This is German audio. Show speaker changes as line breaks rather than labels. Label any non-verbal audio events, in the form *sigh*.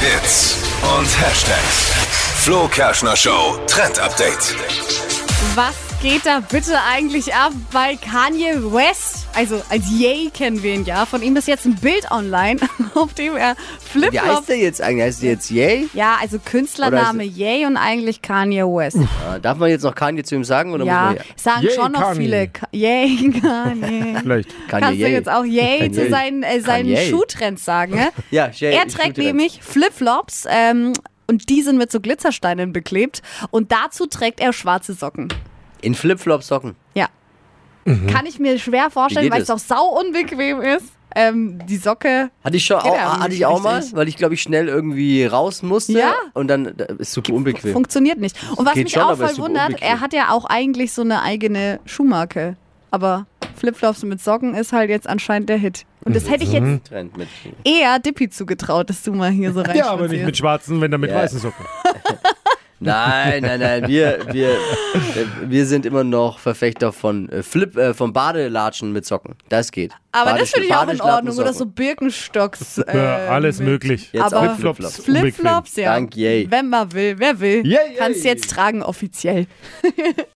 Hits und Hashtags. Flo Kerschner Show Trend Update.
Was geht da bitte eigentlich ab bei Kanye West? Also als Yay kennen wir ihn ja. Von ihm ist jetzt ein Bild online, *laughs* auf dem er
Wie heißt
Flipflops.
der jetzt eigentlich? Heißt der jetzt Yay?
Ja, also Künstlername Yay und eigentlich Kanye West.
Äh, darf man jetzt noch Kanye zu ihm sagen? Oder
Ja,
muss man,
sagen
Yay,
schon noch
Kanye.
viele. Ka- Yay, *laughs* Kanye.
Vielleicht.
Kannst du
Yay.
jetzt auch Yay zu
Kanye.
seinen, äh, seinen
Kanye.
Schuhtrends sagen,
*laughs*
ne?
Ja, Yay,
Er
ich
trägt
schulde dir
nämlich Flipflops ähm, und die sind mit so Glitzersteinen beklebt und dazu trägt er schwarze Socken.
das. In Flipflops Socken.
Ja. Kann ich mir schwer vorstellen,
Hm. Wie geht
weil es
es?
auch sau unbequem ist. Ähm, die Socke.
Hatte ich schon
Geht
auch,
ja auch
hatte
nicht
ich auch mal,
Genau, richtig.
weil ich glaube ich schnell irgendwie raus musste
Ja.
und dann da- ist super unbequem.
Funktioniert nicht. Und was
Geht
mich
schon,
auch
aber ist
voll
super
wundert,
unbequem.
er hat ja auch eigentlich so eine eigene Schuhmarke. Aber Flipflops mit Socken ist halt jetzt anscheinend der Hit. Und
Mhm.
das hätte ich jetzt
Trend mit.
eher Dippy zugetraut, dass du mal hier so rein
Ja, aber nicht mit schwarzen, wenn dann mit
Ja.
weißen Socken.
Nein, nein, nein, wir, wir, *laughs* äh, wir sind immer noch Verfechter von äh, Flip, äh, von Badelatschen mit Socken. Das geht.
Aber das
Badesch-
finde ich auch in
Badeschlappen
Ordnung. Oder so
Socken.
Birkenstocks. Äh,
*laughs* ja, alles
mit-
möglich.
Jetzt
aber-
auch Flipflops.
Unbequem.
Flipflops, ja.
Dank Yay.
Wenn man will, wer will.
Yay, yay.
Kannst jetzt tragen offiziell.